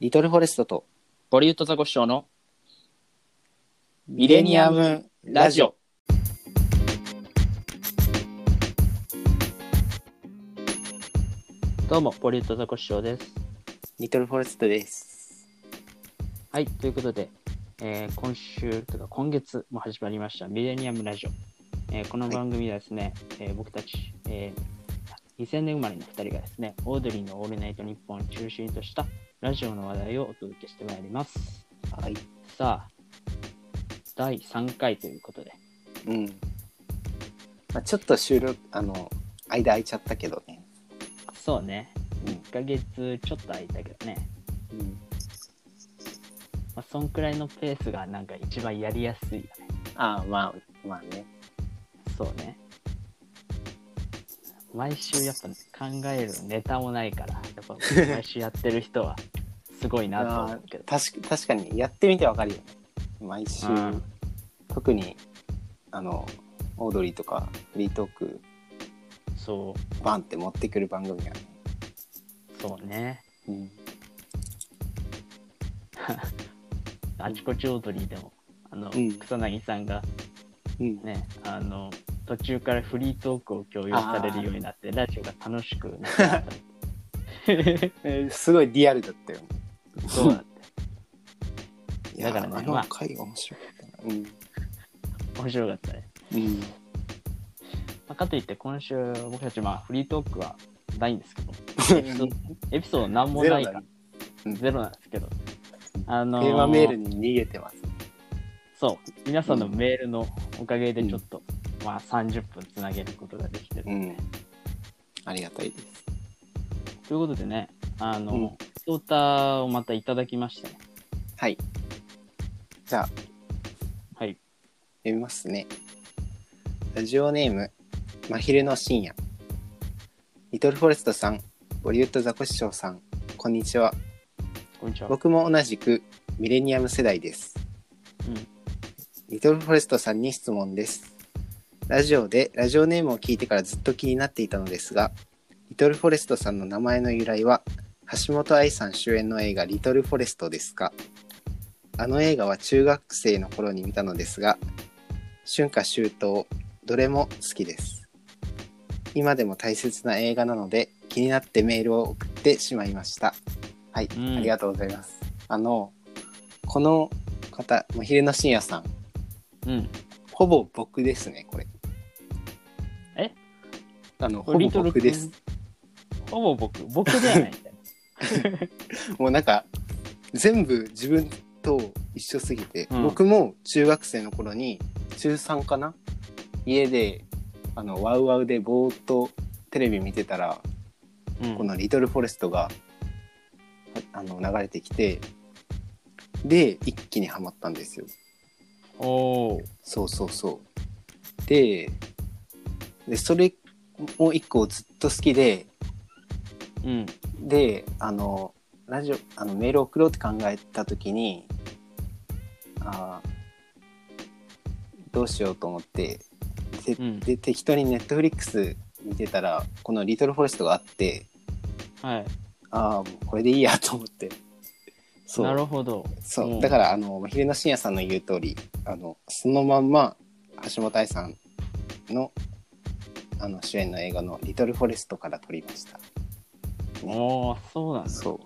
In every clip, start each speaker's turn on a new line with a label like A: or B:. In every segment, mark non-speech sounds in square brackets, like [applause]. A: リトルフォレストと
B: ボリュッドザコシショウのミレニアムラジオ。どうも、ボリュッドザコシショウです。
A: リトルフォレストです
B: はい、ということで、えー今週というか今月も始まりましたミレニアムラジオ。えーこの番組はですね、えー僕たち、えー2000年生まれの2人がですね、オードリーのオールナイトニッポンを中心としたラジオの話題をお届けしてまいります。
A: はい
B: さあ、第3回ということで、
A: うん、まあ、ちょっと収録あの間空いちゃったけどね
B: そうね、
A: うん
B: 1ヶ月ちょっと空いたけどね、
A: うん
B: まあ、そんくらいのペースがなんか一番やりやすいよね。
A: ああまあまあね
B: そうね。毎週やっぱ考えるネタもないから、やっぱ
A: [laughs]
B: 毎週やってる人はすごいなと思うけど。
A: 確か確かにやってみてわかるよね毎週
B: うん
A: 特にあのオードリーとかフリートーク
B: そ
A: バンって持ってくる番組がね、
B: う、そうね。
A: うん、
B: あちこちオードリーでも、あの、
A: うん
B: 草薙さんが
A: うん
B: ね、あの、途中からフリートークを共有されるようになって、ラジオが楽しくなくなっ
A: [laughs]
B: たり
A: えーすごいリアルだったよね
B: そうだって。
A: いや
B: だからね
A: あ
B: ま
A: の
B: あ
A: 回面白かったな
B: 面白かったね。
A: うん、 [laughs] うん、
B: まあ、かといって今週僕たちまあフリートークはないんですけどエピソー
A: [laughs]
B: ドエピソードなんもないから
A: うん
B: ゼロなんですけど、あのー
A: 電話メールに逃げてます
B: そう皆さんのメールのおかげでちょっと、まあ、30分つなげることができてる、
A: うんありがたいです
B: ということでねあの、
A: うん
B: ソーターをまたいただきましたね
A: はいじゃあ
B: はい
A: 読みますねラジオネーム真昼の深夜リトルフォレストさんボリュットザコシショウさんこんにちは
B: こんにちは、
A: 僕も同じくミレニアム世代です
B: うん
A: リトルフォレストさんに質問です。ラジオでラジオネームを聞いてからずっと気になっていたのですが、リトルフォレストさんの名前の由来は、橋本愛さん主演の映画リトルフォレストですかあの映画は中学生の頃に見たのですが、春夏秋冬、どれも好きです。今でも大切な映画なので、気になってメールを送ってしまいました。はい、
B: うん
A: ありがとうございます。あの、この方、もひれの深夜さん、
B: うん、
A: ほぼ僕ですね、これ。
B: え
A: あの、ほぼ僕です。
B: ほぼ僕僕ではないみたい
A: もうなんか、全部自分と一緒すぎて、
B: うん
A: 僕も中学生の頃に、中3かな家で、あの、ワウワウでぼーっとテレビ見てたら、
B: な、うん、
A: [laughs] このリトルフォレストが、ああの、流れてきて、で、一気にハマったんですよ。
B: おお
A: そうそうそう。で、で、それも一個ずっと好きで、
B: うん
A: であのラジオあのメール送ろうって考えた時にあーどうしようと思ってで,、
B: うん
A: で適当にネットフリックス見てたらこの「リトルフォレスト」があって
B: はい
A: ああもうこれでいいやと思ってそう
B: なるほど
A: そう、
B: うん
A: だからあの昼の深夜さんの言う通りあのそのまんま橋本愛さんのあの主演の映画の「リトルフォレスト」から撮りました
B: おおそうなんだ
A: そう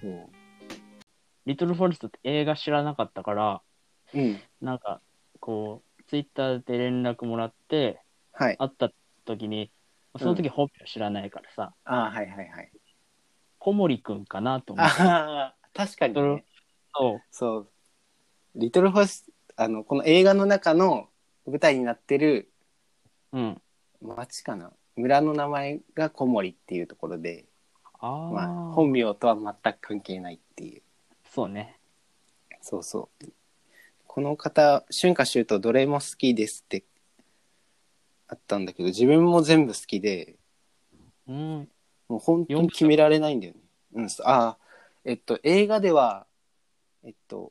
A: そう
B: リトルフォレストって映画知らなかったから
A: うん。
B: なんかこうツイッターで連絡もらって
A: はい。
B: 会った時にその時本名知らないからさ、
A: ああ、はいはいはい。
B: 小森くんかなと思って
A: ああ、 [laughs] 確かに、
B: それ
A: ね。
B: そう
A: そう。リトルフォレスあの、この映画の中の舞台になってる
B: うん
A: 町かな。村の名前が小森っていうところで、
B: あー、
A: まあ、本名とは全く関係ないっていう。
B: そうね
A: そうそう。この方、春夏秋冬どれも好きですってあったんだけど、自分も全部好きで、
B: うん
A: もう本当に決められないんだよね。うん、そうああ、えっと、映画では、えっと、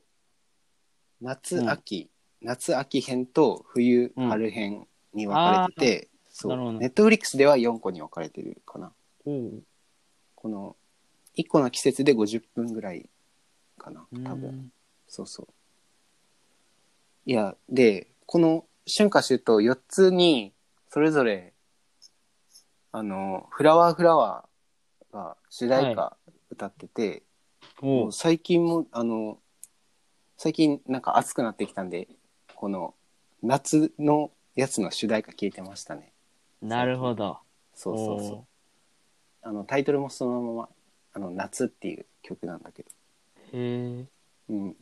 A: 夏、
B: うん
A: 秋、夏、秋編と冬、
B: うん
A: 春編に分かれてて、そ
B: なるほ
A: う、
B: ど
A: ネットフリックスでは4個に分かれてるかな。
B: おう
A: この、 1個の季節で50分ぐらいかな多分、
B: うん
A: そうそういやでこの春夏秋冬4つにそれぞれあの「フラワーフラワー」が主題歌歌ってて、も
B: おう
A: う最近もあの最近なんか暑くなってきたんでこの夏のやつの主題歌聞いてましたね
B: なるほど。
A: そうそうそう
B: お
A: あのタイトルもそのまま「あの夏」っていう曲なんだけど、
B: うへえ。
A: うん、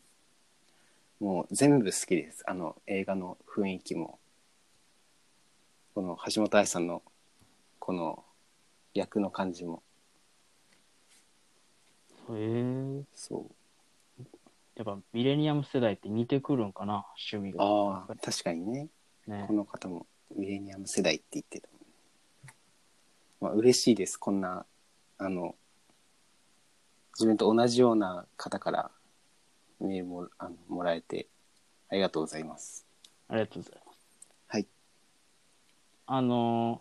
A: もう全部好きですあの映画の雰囲気もこの橋本愛さんのこの役の感じも
B: へえ。
A: そう
B: やっぱミレニアム世代って似てくるんかな、趣味が。
A: ああ確かにね
B: ね
A: こ、の方もミレニアム世代って言ってた。まあ嬉しいです。こんな、あの、自分と同じような方からメールもあのもらえて、ありがとうございます。
B: ありがとうございます。
A: はい。
B: あのー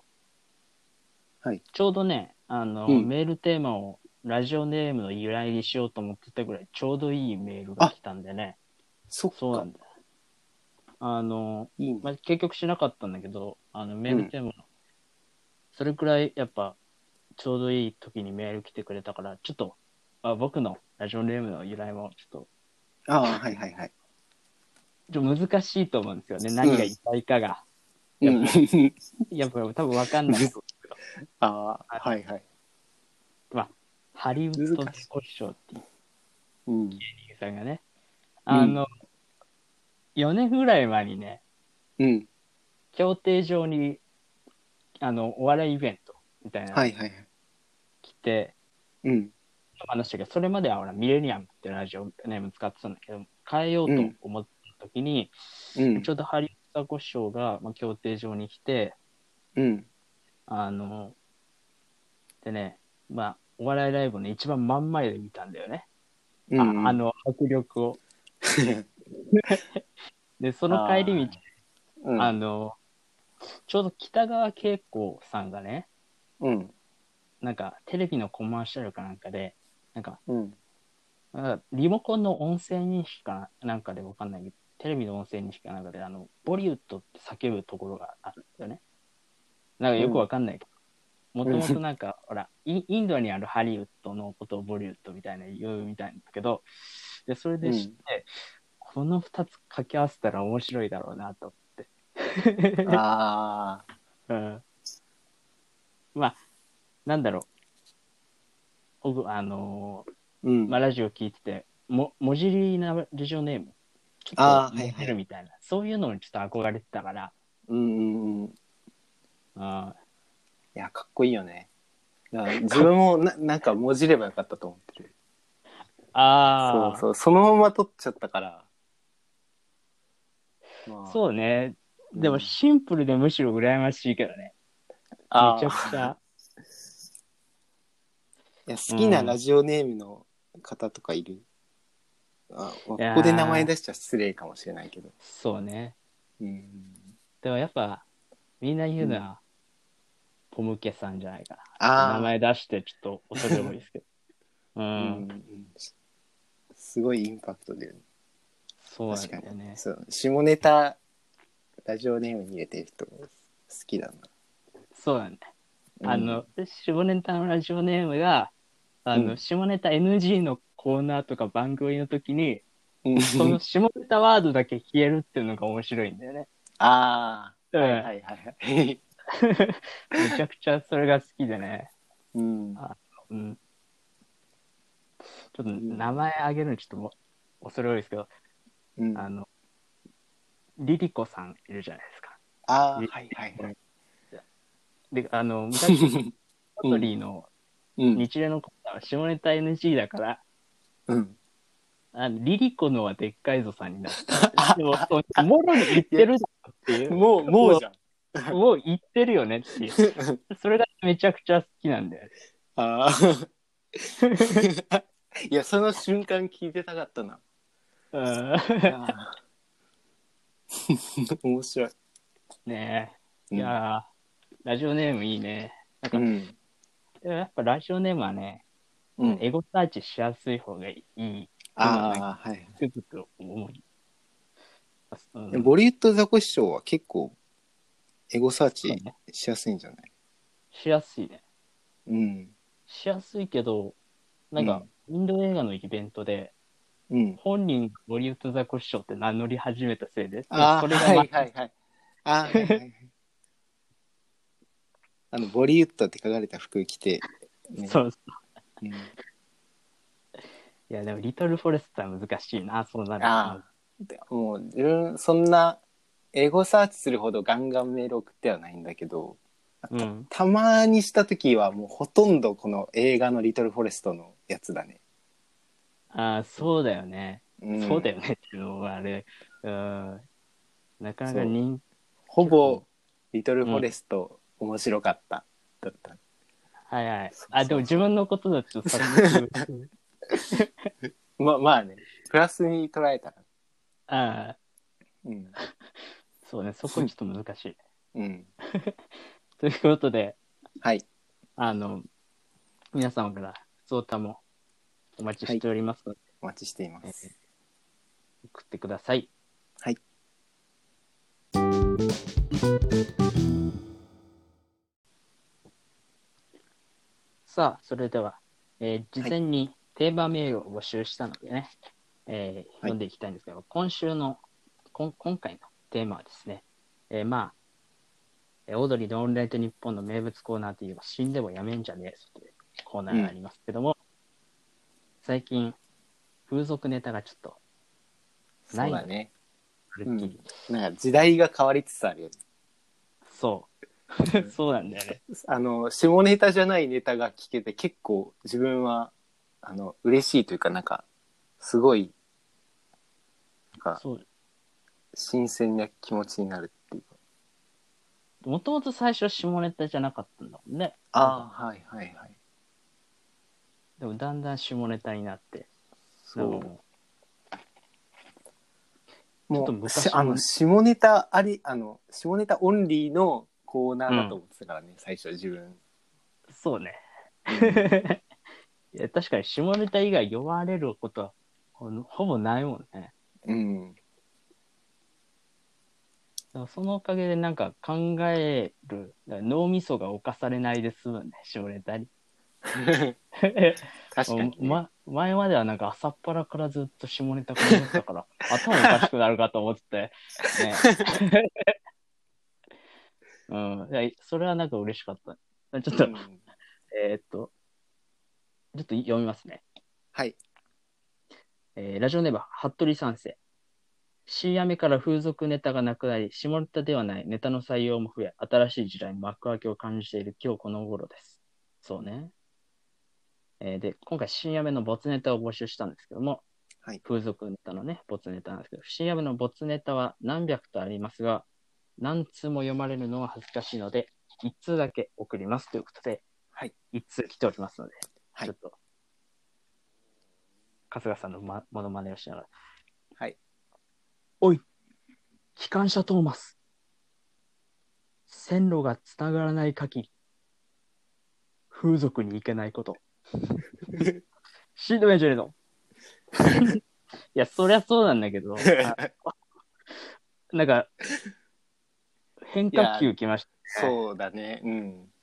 A: はい
B: ちょうどね、あのー
A: うん
B: メールテーマをラジオネームの由来にしようと思ってたぐらい、ちょうどいいメールが来たんでね。
A: そっ
B: そうな
A: か
B: ん。だよ。あのー
A: いいね。
B: まあ、結局しなかったんだけど、あのメールテーマ、それくらいやっぱちょうどいい時にメール来てくれたから、ちょっと、あ、僕のラジオネームの由来もちょっ
A: ああ、はいはいはい。
B: と、ちょっと難しいと思うんですよね。何が言いたいかが。 [laughs]
A: うん。
B: やっぱ多分わかんない。
A: ああ、はいはい。
B: ハリウッド
A: 難しい
B: 故障ってい
A: う
B: う
A: ん。
B: 芸人さんがね、あの、4年ぐらい前にね、
A: うん。
B: 協定上に、あの、お笑いイベントみたいな
A: は
B: の
A: いはいはい。
B: 来て、
A: うん。
B: 話したけど、それまではほらミレニアムってラジオネーム使ってたんだけど、変えようと思った時に、
A: うん
B: ち。ょうどハリウッドザコシショウが、まあ、協定上に来て、
A: うん。
B: あの、でね、まあ、お笑いライブの一番真ん前で見たんだよね。
A: う
B: あ
A: ん。
B: あ、の、迫力を。で、その帰り道、
A: う
B: あ
A: ん。
B: の、ちょうど北川景子さんがね、
A: うん。
B: なんかテレビのコマーシャルかなんかで、なんか
A: うん。
B: なんかリモコンの音声認識かななんかでわかんないけど、テレビの音声認識かなんかで、あの、ボリウッドって叫ぶところがあるんだよね。なんかよくわかんないけど、もともとなんか、 [laughs] ほらイ、インドにあるハリウッドのことをボリウッドみたいな言うみたいなんだけど、で、それで知って、この2つ掛け合わせたら面白いだろうなと
A: ああ、
B: うんまあ、なんだろう。僕、あのー
A: うん。
B: まあ、ラジオ聞いてて、も、文字入りなラジオネーム、ちょ
A: あ
B: っ
A: ー
B: と似てるみたいな、そういうのにちょっと憧れてたから、
A: うんうんうん。
B: あ
A: いや、かっこいいよね。だから自分もななんかもじればよかったと思ってる。
B: あ
A: そう
B: そう
A: そう、そのまま撮っちゃったから。まあ
B: ね。
A: うん
B: でも、シンプルでむしろ羨ましいけどね。
A: あ
B: めちゃ
A: ー
B: くちゃ。
A: いや好きなラジオネームの方とかいる、あまあ
B: いやー
A: ここで名前出しちゃ失礼かもしれないけど。
B: そうね。
A: うん、
B: でもやっぱ、みんな言うのは、ポムケさんじゃないかな。
A: あ
B: 名
A: あ、
B: 前出してちょっと恐れ多い
A: [laughs]
B: ですけど。う、
A: うんんうんすごいインパクト出る。
B: そうなん
A: 確
B: だ
A: か
B: よね
A: に。。そう下ネタ、ラジオネームに入れてる人好きだ
B: そうなんだよ
A: な。
B: あの、下ネタのラジオネームが、あの、
A: うん
B: 下ネタ NG のコーナーとか番組の時に、
A: うん、
B: その下ネタワードだけ消えるっていうのが面白いんだよね。
A: [laughs] あ
B: う
A: あ、
B: ん、
A: はいはいはい。
B: めちゃくちゃそれが好きでね。
A: うん
B: うん。ちょっと名前あげるのちょっともう恐れ多いですけど、
A: うん
B: あの、リリコさんいるじゃないですか。
A: あー
B: い
A: はいはいはい。
B: で、あの、昔、オトリーの
A: うん。
B: 日例のコーナーは下ネタ NG だから、
A: うん。
B: あのリリコのはでっかいぞさんになった。でも、そうもろに言ってるっていう。
A: もう、もうじゃん。
B: もう言ってるよねっていう。それがめちゃくちゃ好きなんだよね。
A: あー [laughs] いや、その瞬間聞いてたかった
B: [laughs]
A: な。
B: う
A: あー面白い。
B: ん。ねえ。いやーラジオネームいいね。
A: うん、
B: やっぱラジオネームはね、
A: うん。
B: エゴサーチしやすい方がいい、
A: ああ、はい。
B: つくづく思います。うん
A: でもボリュットザコシショウは結構、エゴサー
B: そう
A: チ
B: ね
A: しやすいんじゃない
B: しやすいね。
A: うん。
B: しやすいけど、なんか、インド映画のイベントで、
A: うん。
B: 本人がボリウッドザコシショウって名乗り始めたせいで、
A: あ
B: そ [laughs]
A: あ、
B: れが、
A: はいはいはい。ああ、はいはい
B: [laughs]
A: はい。あの、ボリュットって書かれた服着て、ね
B: そうそう
A: うん
B: いや、でも、リトルフォレストは難しいな、そうなると
A: あもう自分そんなエゴサーチするほどガンガンメール送ってはないんだけど
B: うん。
A: たまにした時はもうほとんどこの映画の「リトル・フォレスト」のやつだね。
B: ああ、そうだよね。
A: うん
B: そうだよねっていうのは、あれ、うん。なかな
A: そ
B: か
A: う
B: 人
A: ほぼ「リトル・フォレスト」面白かっただった。
B: はいはい
A: そう。
B: あ、
A: そう
B: でも自分のことだとさ、うん
A: ままあねプラスに捉えたら。
B: ああ、
A: うん
B: そうね、そこちょっと難しい。 [laughs]
A: うん、
B: ということで、
A: はい
B: あの、皆様から、そうたもお待ちしておりますので、
A: お待ちしています。
B: 送ってください。
A: はい。
B: さあ、それでは、えー事前にテーマメールを募集したのでね、えー読んでいきたいんですけど、今週のこん、今回のテーマはですね、えーまあ、えーオードリーのオンライト日本の名物コーナーといえば死んでもやめんじゃねえぞというコーナーがありますけども、最近、風俗ネタがちょっと
A: そうだね。
B: 古っきり、
A: なんか時代が変わりつつあるよね。
B: [laughs] そう。そうなんだよね。
A: あの下ネタじゃないネタが聞けて結構自分はあの嬉しいというかなんかすごいなんか
B: そう。
A: 新鮮な気持ちになるっていうか
B: もともと最初下ネタじゃなかったんだもんね。
A: ああはいはいはい
B: でもだんだん下ネタになって。
A: そう
B: なんかもうちょ
A: も
B: っ
A: う
B: と昔
A: しあの下ネタありあの下ネタオンリーのコーナーだと思ってたからね、最初自分
B: うそうね。 [laughs] いや確かに下ネタ以外呼ばれることはほほぼないもんね。 [laughs]
A: うん
B: だからそのおかげでなんか考える、だから脳みそが侵されないで済むね、下ネタに。
A: 確かに、ね
B: ま、前まではなんか朝っぱらからずっと下ネタ考えてたから頭おかしくなるかと思ってて、
A: [laughs]
B: ねうん、いやそれはなんか嬉しかったちょっと、
A: うん
B: えーっとちょっと読みますね、 [laughs]
A: はい
B: えーラジオネーム服部三世 C アメから風俗ネタがなくなり下ネタではないネタの採用も増え新しい時代に幕開けを感じている今日この頃ですそうね、えーで今回 C アメのボツネタを募集したんですけども
A: はい
B: 風俗ネタのね、ボツネタなんですけど、深夜部のボツネタは何百とありますが、何通も読まれるのは恥ずかしいので、一通だけ送りますということで、
A: はい
B: 一通来ておりますので、
A: はい
B: ちょっと、春日さんのまモノマネをしながら、
A: はい
B: おい、機関車トーマス、線路がつながらない限り、風俗に行けない
A: [laughs]
B: こと、シートメンジュレの。いや、そりゃそうなん
A: [laughs]
B: だけど、あなんか、変化球きました。
A: そうだねうん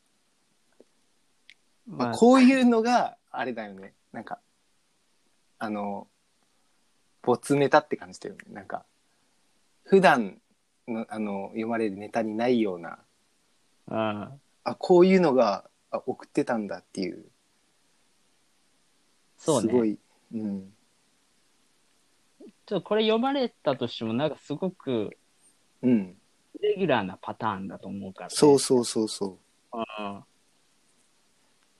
A: ま
B: ま
A: あ、
B: あ、
A: こういうのがあれだよねなんかあの没ネタって感じだよねなんか普段のあの読まれるネタにないような
B: あ
A: あこういうのがあ送ってたんだっていう
B: そう
A: すご
B: ね。
A: い、うん、
B: ちょっとこれ読まれたとしても、なんかすごく
A: うん、
B: レギュラーなパターンだと思うから、ね。
A: そうそうそうそう
B: うん。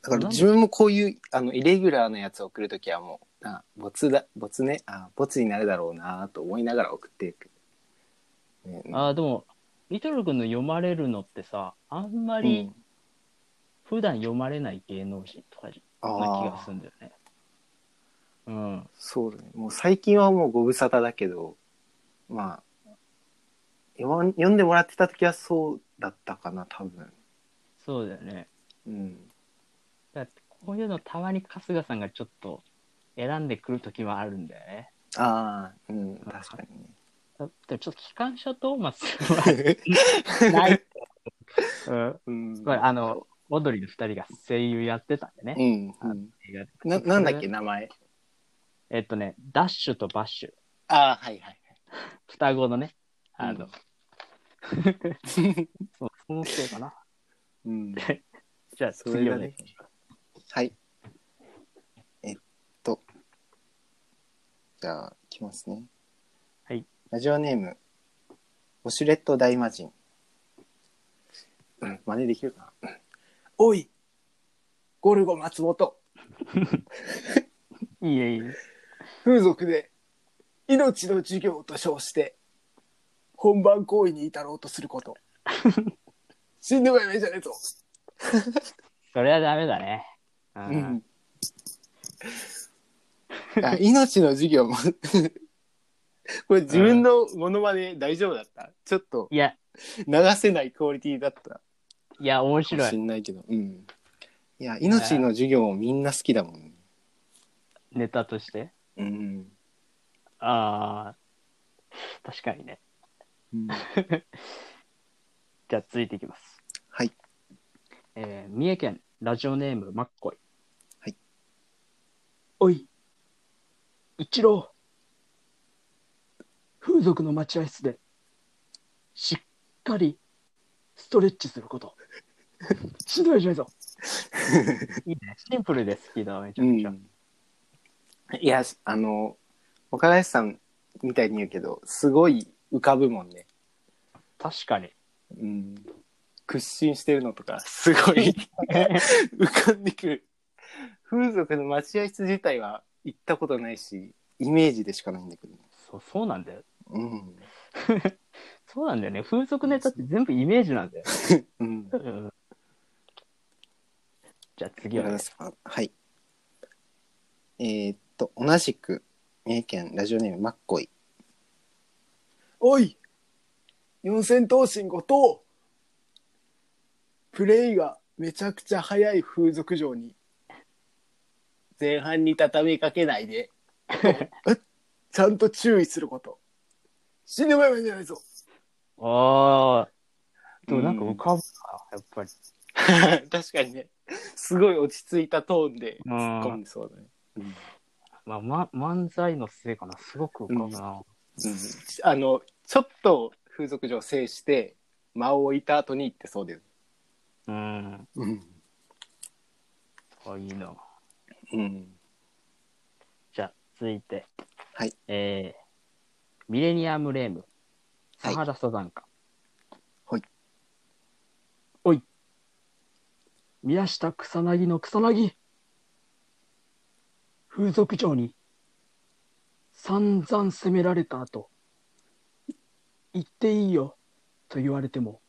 A: だから自分もこういうあのイレギュラーなやつを送るときはもうあ没だ没ねあ没になるだろうなと思いながら送っていく、ね
B: ああ、でも、リトル君の読まれるのってさ、あんま
A: う
B: り
A: ん
B: 普段読まれない芸能人とかじゃな気
A: あ
B: が
A: あ
B: するんだよね。うん。
A: そうだね。もう最近はもうご無沙汰だけど、まあ、読ん読んでもらってた時はそうだったかな、多分。
B: そうだよね。
A: うん。
B: だってこういうのたまに春日さんがちょっと選んでくる時はあるんだよね。
A: ああ、うん、確かにね。
B: だってちょっと機関車トーマスは [laughs]
A: [laughs]
B: ない。うん、
A: うん、
B: すごい、あの、オードリーの2人が声優やってたんでね
A: う。ん、うん。
B: 映画で
A: な、なんだっけ、名前。
B: えっとね、ダッシュとバッシュ。
A: ああ、はいはい。
B: 双子のね、あの、
A: うん
B: [laughs] そうそのせいかな。
A: うん。
B: じゃあ
A: それ
B: 次
A: が
B: は
A: ね
B: ね、
A: はい。えっと。じゃあ、いきますね。
B: はい。
A: ラジオネーム、ウォシュレット大魔人。うん、真似できるかな。おいゴルゴ松本
B: いいえいいえ。
A: 風俗で命の授業と称して本番行為に至ろうとすること [laughs] 死んでもやめんじゃねえぞ、
B: それはダメだね。う
A: うんん、あ命の授業も [laughs] これ自分のモノマネ大丈夫だった、ちょっと
B: いや、
A: 流せないクオリティだった
B: いや、面
A: かも
B: 白
A: し
B: い。
A: んないけど、うん、いや命の授業もみんな好きだもん、
B: ネタとして。
A: うん
B: ああ、確かにね。
A: うん、
B: じゃあ続いていきます。
A: はい
B: えー三重県ラジオネームマッコイ。
A: はい。
B: おい、一郎。風俗の待合室で、しっかりストレッチす
A: [laughs]
B: ること。しんどいじゃないぞ。いいね。シンプルで好きだ、めちゃくちゃ。
A: いや、あの、岡林さんみたいに言うけど、すごい浮かぶもんね。
B: 確
A: [laughs]
B: かに。
A: うん。屈伸してるのとか、すごい浮かんでくる。風俗の待合室自体は行ったことないし、イメージでしかないんだけど。
B: そうそうなんだよ。
A: うん。
B: そうなんだよね。風俗ネタって全部イメージなんだよ。
A: うん。
B: うんじゃあ次はね、
A: はい。えーっと、同じく、三重県ラジオネームマッコイ。
C: おい四千頭身後藤プレイがめちゃくちゃ速い風俗嬢に
A: 前半に畳みかけないで。
C: ちゃんと注意すること死んでもやめんじゃないぞ
B: ああ。でもなんか浮かぶな、やっぱり。
A: [laughs] 確かにねすごい落ち着いたトーンで
B: う
A: 突っ込ん
B: ん。
A: でそうだね、
B: まあ、ま、漫才のせいかな。すごく浮かぶな。
A: あのちょっと風俗嬢を制して間を置いた後に行ってそうだよね
B: うん。
A: うん、
B: あ、いいな。
A: うん、
B: じゃあ、続いて。
A: はい。
B: えー、ミレニアムレーム、サハラサザンカ。
A: はい。
B: おい。宮下草薙の草薙。風俗嬢に、散々責められた後、行っていいよ、と言われても、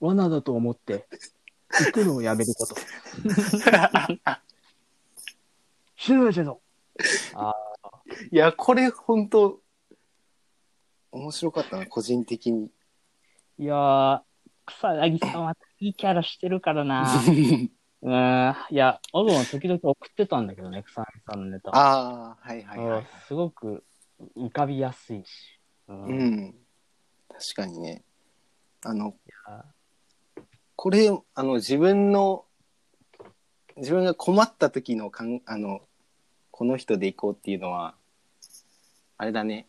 B: 罠だと思って、行くのをやめること。
A: [laughs]
B: 死ぬじゃぞ。
A: [laughs] いやこれ本当面白かったな個人的に
B: いやー、草薙さんはいいキャラしてるからな。うーん。いや、オブも時々送ってたんだけどね、草薙さんのネタ。
A: ああはいはいは
B: うん
A: い、
B: すごく浮かびやすいし。うん
A: う。
B: い
A: ん、確かにねあの
B: や
A: これあの自分の自分が困った時のかんあのこの人で行こうっていうのはあれだね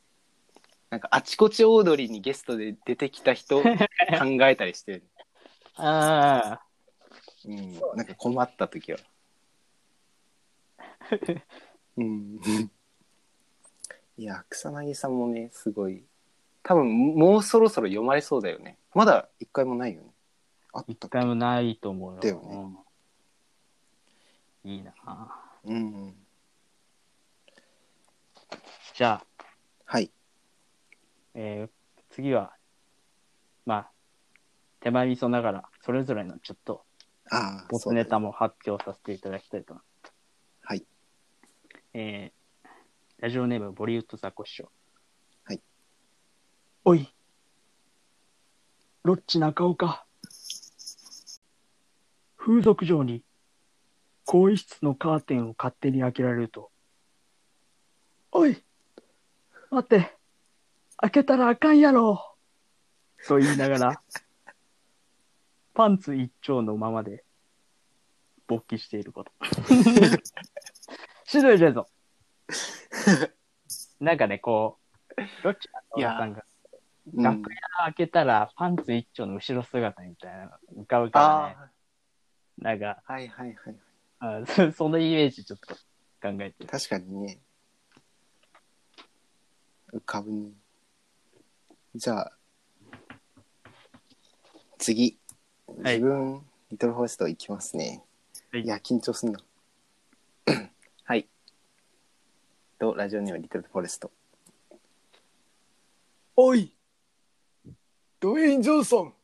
A: なんかあちこちオードリーにゲストで出てきた人考えたりしてる、
B: あ
A: うん、なんか困った時は。うん、いや草薙さんもねすごい多分もうそろそろ読まれそうだよねまだ一回もないよねあっ
B: ー、
A: た
B: 一
A: っけ
B: 回もないと思うよ。
A: だよね
B: うんいいな
A: うん
B: じゃあ、
A: はい
B: えー次は、まあ、手前味噌ながら、それぞれのちょっと、
A: ああ
B: ボ
A: そう
B: ス
A: だ
B: ネ
A: ね
B: タも発表させていただきたいと思います。
A: はい
B: えーラジオネームボリウッドザコシショウ。
A: はい。
B: おい、ロッチ中岡。風俗嬢に更衣室のカーテンを勝手に開けられると、
C: おい
B: 待って、開けたらあかんやろと言いながら、 [laughs] パンツ一丁のままで勃起している [laughs] こと。しどいじゃぞ。なんかね、こう、どっちか
C: いや
B: さんが
A: うん
B: 楽開けたらパンツ一丁の後ろ姿みたいなの浮かぶからね
A: あ、
B: なんか
A: あ、はいはいはい。
B: あそ、そのイメージちょっと考え [laughs] てる。
A: 確かにね。浮かぶね。じゃあ、次。
B: は
A: 自
B: い
A: 分、リトルフォレスト行きますね。
B: はい
A: や、緊張
C: [coughs]
A: すんな。はい。と、ラジオネームリトルフォレスト。
C: おいドウェイン・ジョン [laughs] ソン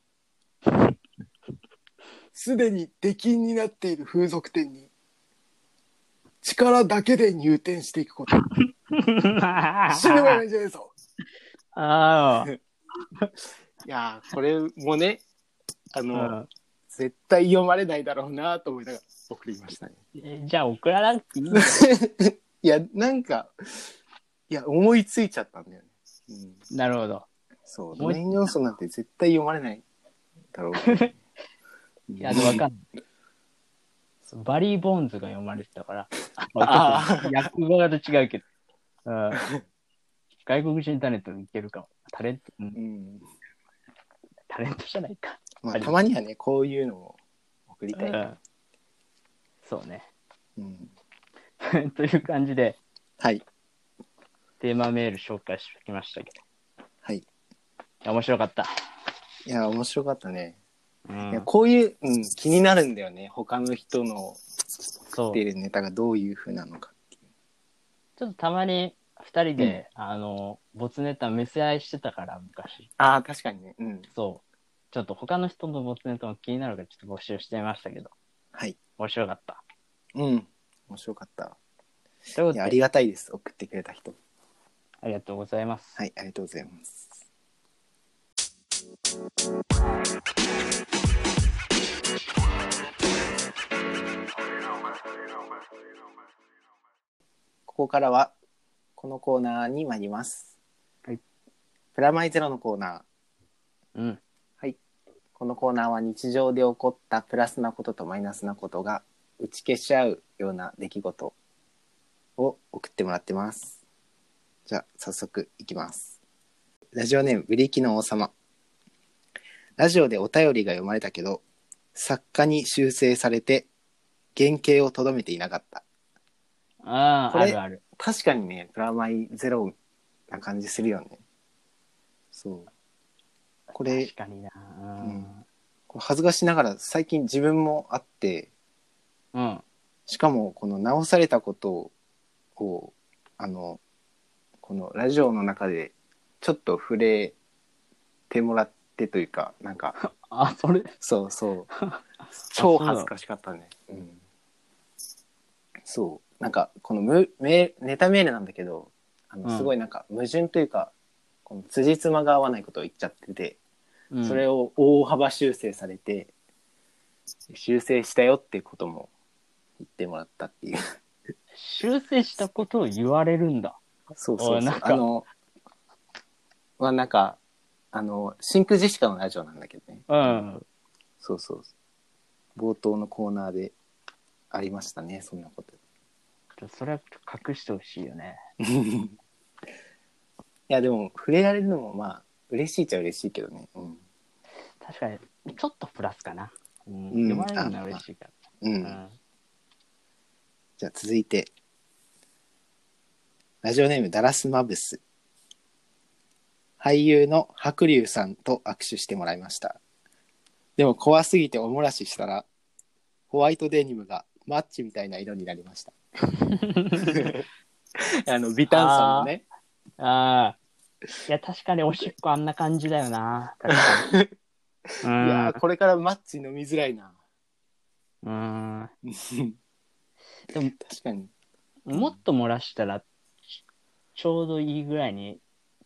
C: すでに出禁になっている風俗店に力だけで入店していく [laughs] こと死ねばいないじゃないぞ
B: [laughs] あ
C: いやーこれもねあ
B: ーうん
C: 絶対読まれないだろうなと思いながら送りましたね
B: えじゃあ送らなくていいよ [laughs]
A: [laughs] いや、なんか、いや、思いついちゃったんだよね。うん、
B: なるほど。
A: そう、
B: 思
A: ド
B: い
A: メイン要素なんて絶対読まれないだろうけど。
B: いや、でもわかんない。そうバリー・ボーンズが読まれてたから。
C: あ
B: 訳語だと違うけど。うん、外国人タレントいけるかも。タレント、うん
A: うん
B: タレントじゃないか。
A: ま
B: は
A: あ、
B: い
A: たまにはね、こういうのも送りたいな。
B: うんそうね。 [laughs]
A: うん、
B: という感じで、
A: はい、
B: テーマメール紹介してきましたけど
A: はい。い。
B: いや面白かった。
A: や、面白かったね。
B: う
A: いや
B: ん、
A: こういう、うん、気になるんだよね。他の人の
B: そ
A: 出
B: う。ち
A: るネタがどういう風なのか。
B: ょっとたまに二人で、あの、没ネタ見せ合いしてたから、昔。
A: ああ、確かにね。うん。
B: そう。ちょっと他の人の没ネタも気になるから、ちょっと募集してみましたけど、
A: はい。
B: 面白かった。
A: うん。面白かった。
B: というこ
A: い
B: とで、
A: や、
B: あ
A: あ
B: り
A: りがたいです。送ってくれた人。
B: がとうございます。
A: はい、ありがとうございます。ここからはこのコーナーに参ります。
B: はい。
A: プラマイゼロのコーナー。
B: うん。
A: このコーナーは日常で起こったプラスなこととマイナスなことが打ち消し合うような出来事を送ってもらってます。じゃあ早速いきます。ラジオネームブリキの王様。ラジオでお便りが読まれたけど、作家に修正されて原型をとどめていなかった。
B: ああ、
A: こ
B: あ
A: れ
B: るある。
A: 確かにね、プラマイゼロな感じするよね。そう。これ
B: 確、かにな。
A: 恥ずかしながら最近自分もあって、
B: うん。うん。
A: しかもこの直されたことをあのこのラジオの中でちょっと触れてもらってというかなんか
B: あ、それ、
A: そう
B: [laughs]
A: そう超恥ずかしかったねうんそうなんかこのむメネタメールなんだけどあ
B: うん
A: のすごいなんか矛盾というか、この辻褄が合わないことを言っちゃってて、
B: うん
A: それを大幅修正されて修正したよっていうことも言ってもらったっていう
B: 修正したことを言われるんだ。
A: そうそ
B: お
A: う
B: い
A: そ
B: な。
A: うん
B: か
A: あの、はなんか、あの、真空ジェシカのラジオなんだけどね。
B: うん。
A: そうそうそう。冒頭のコーナーでありましたね、そんなこと。
B: それは隠してほしいよね。
A: いや、でも、触れられるのもまあ、嬉しいっちゃ嬉しいけどね。うん。
B: 確かに、ちょっとプラスかな。うん。
A: うん
B: 読まれるのは嬉しいか
A: うん。
B: ら。
A: じゃあ続いて。ラジオネーム、ダラスマブス。俳優の白龍さんと握手してもらいました。でも怖すぎてお漏らししたら、ホワイトデニムがマッチみたいな色になりました。あの、ビタンさんのね。
B: うん。ああ。いや、確かにおしっこあんな感じだよな。確かに。
A: [laughs] いやー
B: う
A: これからマッチ飲みづらいな。
B: ん。うん。
A: でも確かに。
B: もっと漏らしたら、ちちょうどいいぐらいに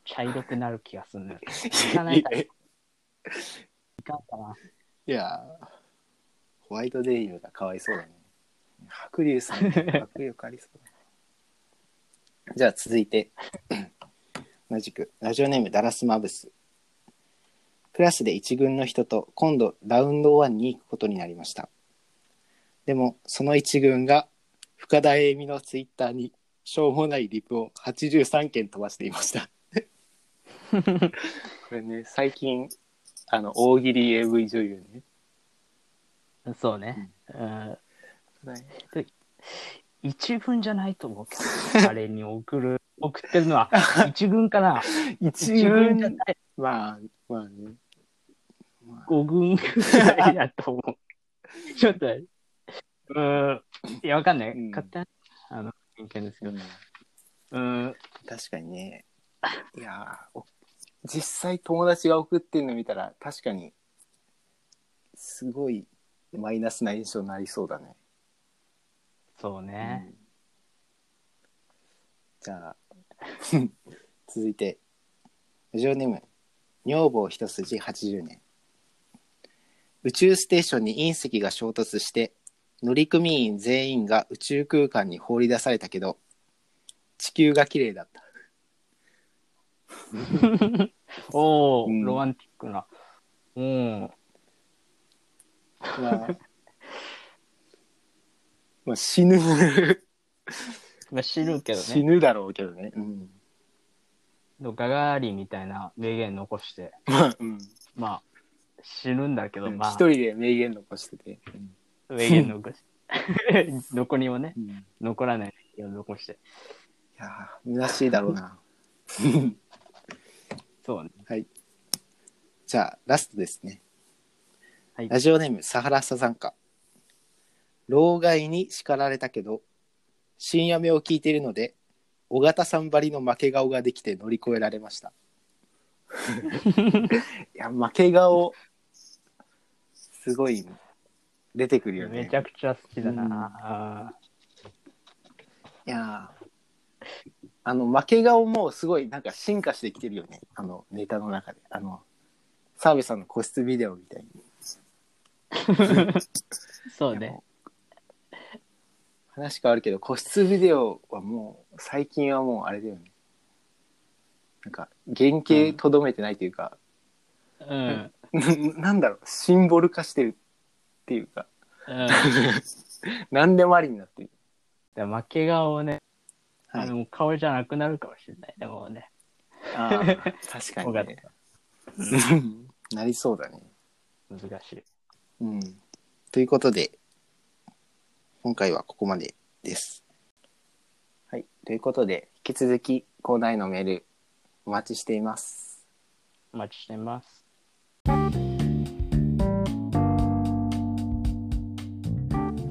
B: 茶色くなる気がするんだよ。いかないかいかんかな。
A: いやーホワイトデニムがかわいそうだね。白龍さん、迫力ありそうだ。じゃあ続いて、 [clears throat] 同じく、ラジオネームダラスマブス。クラスで一軍の人と今度ラウンド1に行くことになりました。でも、その一軍が、深田栄美のツイッターに、しょうもないリプを83件飛ばしていました。これね、最近、あの、大喜利 AV 女優ね。
B: そうね。うん、
A: はい
B: 一軍じゃないと思うけど、あれに送
A: [laughs]
B: る、送ってるのは一軍かな。
A: 一
B: 一軍じゃ
A: 軍、
B: ない、
A: まあ、まあね。まあ
B: 五軍ぐらいだと思
A: [laughs]
B: う。ちょっと、うん、いや、わかんない。
A: うん
B: 勝手な、あの、偏見ですけ
A: う
B: ど。
A: ん
B: うん、
A: 確かにね。いやーお実際友達が送ってるの見たら、確かに、すごいマイナスな印象になりそうだね。
B: そうね。
A: じゃあ、 [laughs] 続いて、ラジオネーム、女房一筋80年。宇宙ステーションに隕石が衝突して、乗組員全員が宇宙空間に放り出されたけど、地球が綺麗だった。
B: おお、
A: うん
B: ロマンティックな。うん。
A: まあ、 [laughs] まあ死ぬ、
B: まあ、死ぬけど
A: 死
B: ね。
A: ぬだろうけどね。うん。
B: ガガーリンみたいな名言残して、
A: まあ、うん。
B: まあ、死ぬんだけど、ま
A: 一
B: あ、
A: 人で名言残してて。
B: 名言残して。 [laughs] どこにもね、
A: うん、い
B: 残らない名言を残して。
A: やー、虚しいだろうな。
B: そうね。
A: はい。じゃあ、ラストですね。
B: はい
A: ラジオネーム、サハラサザンカ。老害に叱られたけど、深夜目を聞いているので、尾形さんばりの負け顔ができて乗り越えられま [laughs] した。いや、負け顔、すごい、出てくるよね。
B: めちゃくちゃ好きだな。あ
A: いやーあの負け顔もすごいなんか進化してきてるよねあのネタの中であの澤部さんの個室ビデオみたいに
B: ーそうね。
A: [laughs] 話変わるけど個室ビデオはもう最近はもうあれだよねなんか原型とどめてないというか、
B: うん。
A: ななんだろうシンボル化してるっていうか
B: うん。
A: 何でもありになってる、
B: [laughs] で負け顔をね、
A: は
B: あ
A: い、
B: の顔じゃなくなるかもしれない。でもね、
A: あー [laughs] 確かに
B: わかっ
A: ねなりそうだね
B: 難しい。
A: うん。ということで、今回はここまでです。はい。ということで、引き続き、校内のメール、お待ちしています。
B: お待ちしてます。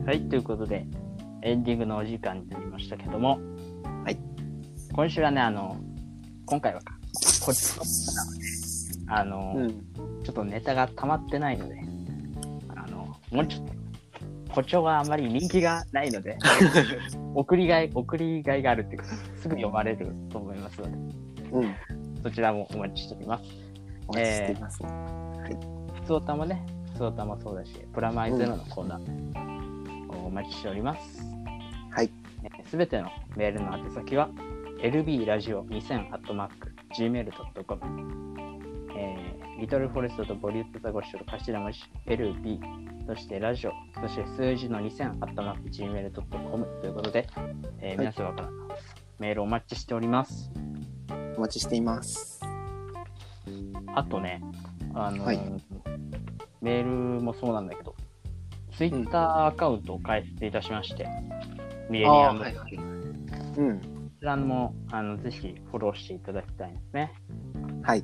B: はい、ということで、エンディングのお時間になりましたけども、
A: はい。
B: 今週はね、あの、今回はか、こっちのあの、
A: うん。
B: ちょっとネタが溜まってないので、あの、もうちょっと、誇張はあまり人気がないので、送りがい、送りがいがあるっていうか、すぐ読まれると思いますので、
A: うん。
B: そちらもお待ちしております。
A: お待ちしています、
B: 普通歌もね、普通歌もそうだし、プラマイゼロのコーナー、お待ちしております。
A: はい。
B: すべてのメールの宛先は、lbradio2000-gmail.com、えー、リトルフォレストとボリュートザゴシュの頭文字 LB、そしてラジオ、そして数字の 2000-gmail.com ということで、え
A: い
B: ー皆様からメールお待ちしております。
A: お待ちしています。
B: あとね、あのー
A: はい
B: メールもそうなんだけど、ツイッターアカウントを開設いたしまして、ミレニアム、
A: あー
B: こ
A: はいうん。
B: ちらもあのぜひフォローしていただきたいんですね。
A: はい。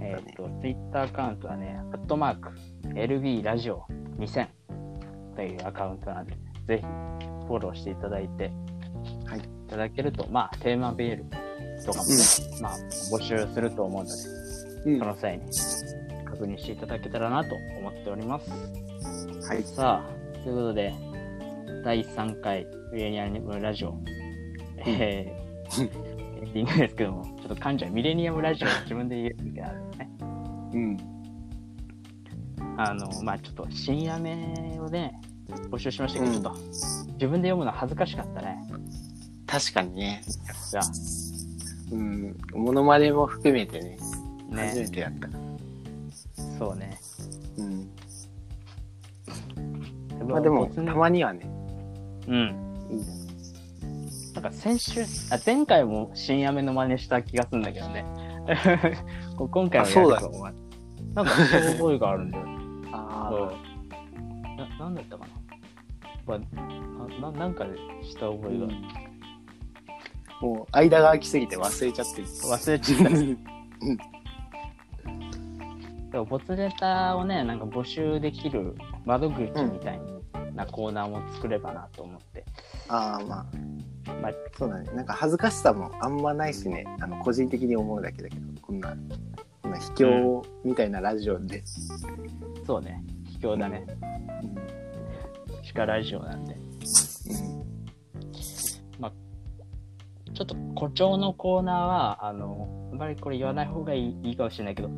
B: え
A: だ
B: っ、
A: ね
B: と、ツイッターアカウントはね、アットマーク、LB ラジオ2000というアカウントなんで、ぜひフォローしていただいて、
A: はい
B: いただけると、まあ、テーマメールとかもね、まあ、募集すると思うので、
A: うん
B: そ
A: は
B: の際に確認していただけたらなと思っております。
A: い。
B: さあ、ということで、第3回ウィレニアムラジオ、えー、エンディングですけども、ちょっと噛んじゃう。ミレニアムラジオを自分で言えるからね。
A: うん。
B: あの、まあちょっと深夜目をね、募集しましたけど、
A: うん
B: ちょっと自分で読むの恥ずかしかったね。
A: 確かにね。
B: じゃ
A: うん。モノマネも含めてね。
B: あ、
A: 初め
B: ね、
A: てやった。
B: そうね。
A: うん。まあでも、
B: 没
A: た
B: 入
A: まにはね。
B: うん。
A: いい
B: なんか先週、あ前回も深夜目の真似した気がするんだけどね。 [laughs] こう今回
A: あ、
B: はやる
A: そうだ
B: と
A: ろ、お前。
B: なんかそういう覚えがあるんだよね。
A: あ
B: そうななんだったかな、まあ、ななんかでした覚えが、
A: うんあ。もう、間が空きすぎて忘れちゃってる。
B: 忘れちゃった
A: うん
B: でもボツネタをねなんか募集できる窓口みたいなコーナーも作ればなと思って、
A: ああ、ま
B: ま
A: あ、
B: あ、
A: そうだね。なんか恥ずかしさもあんまないしね。あの、個人的に思うだけだけど、こんな、こんな卑怯みたいなラジオで。
B: そうね卑怯だね
A: うん
B: 地下ラジオなんで
A: うん
B: ちょっと誇張のコーナーはあのあんまりこれ言わない方がいいいいかもしれないけど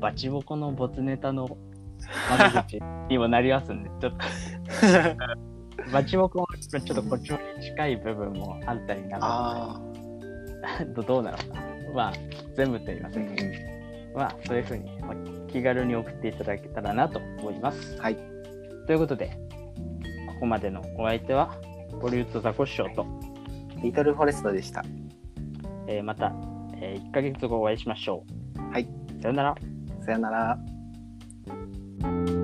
B: バチボコのボツネタの窓口にもなりますん
A: [laughs]
B: でちょっとバチボコもちょっと誇張に近い部分もあったりなか
A: あ
B: ったりど [laughs] どうなのかなまあ全部と言いま
A: あ、う
B: せん
A: ん
B: けど、まあそういうふうにまあ気軽に送っていただけたらなと思います
A: はい
B: ということでここまでのお相手はボリュートザコシショウと、
A: リトルフォレストでした。
B: えーまた、え1ヶ月後お会いしましょう
A: はい
B: さよなら
A: さよなら。
B: 「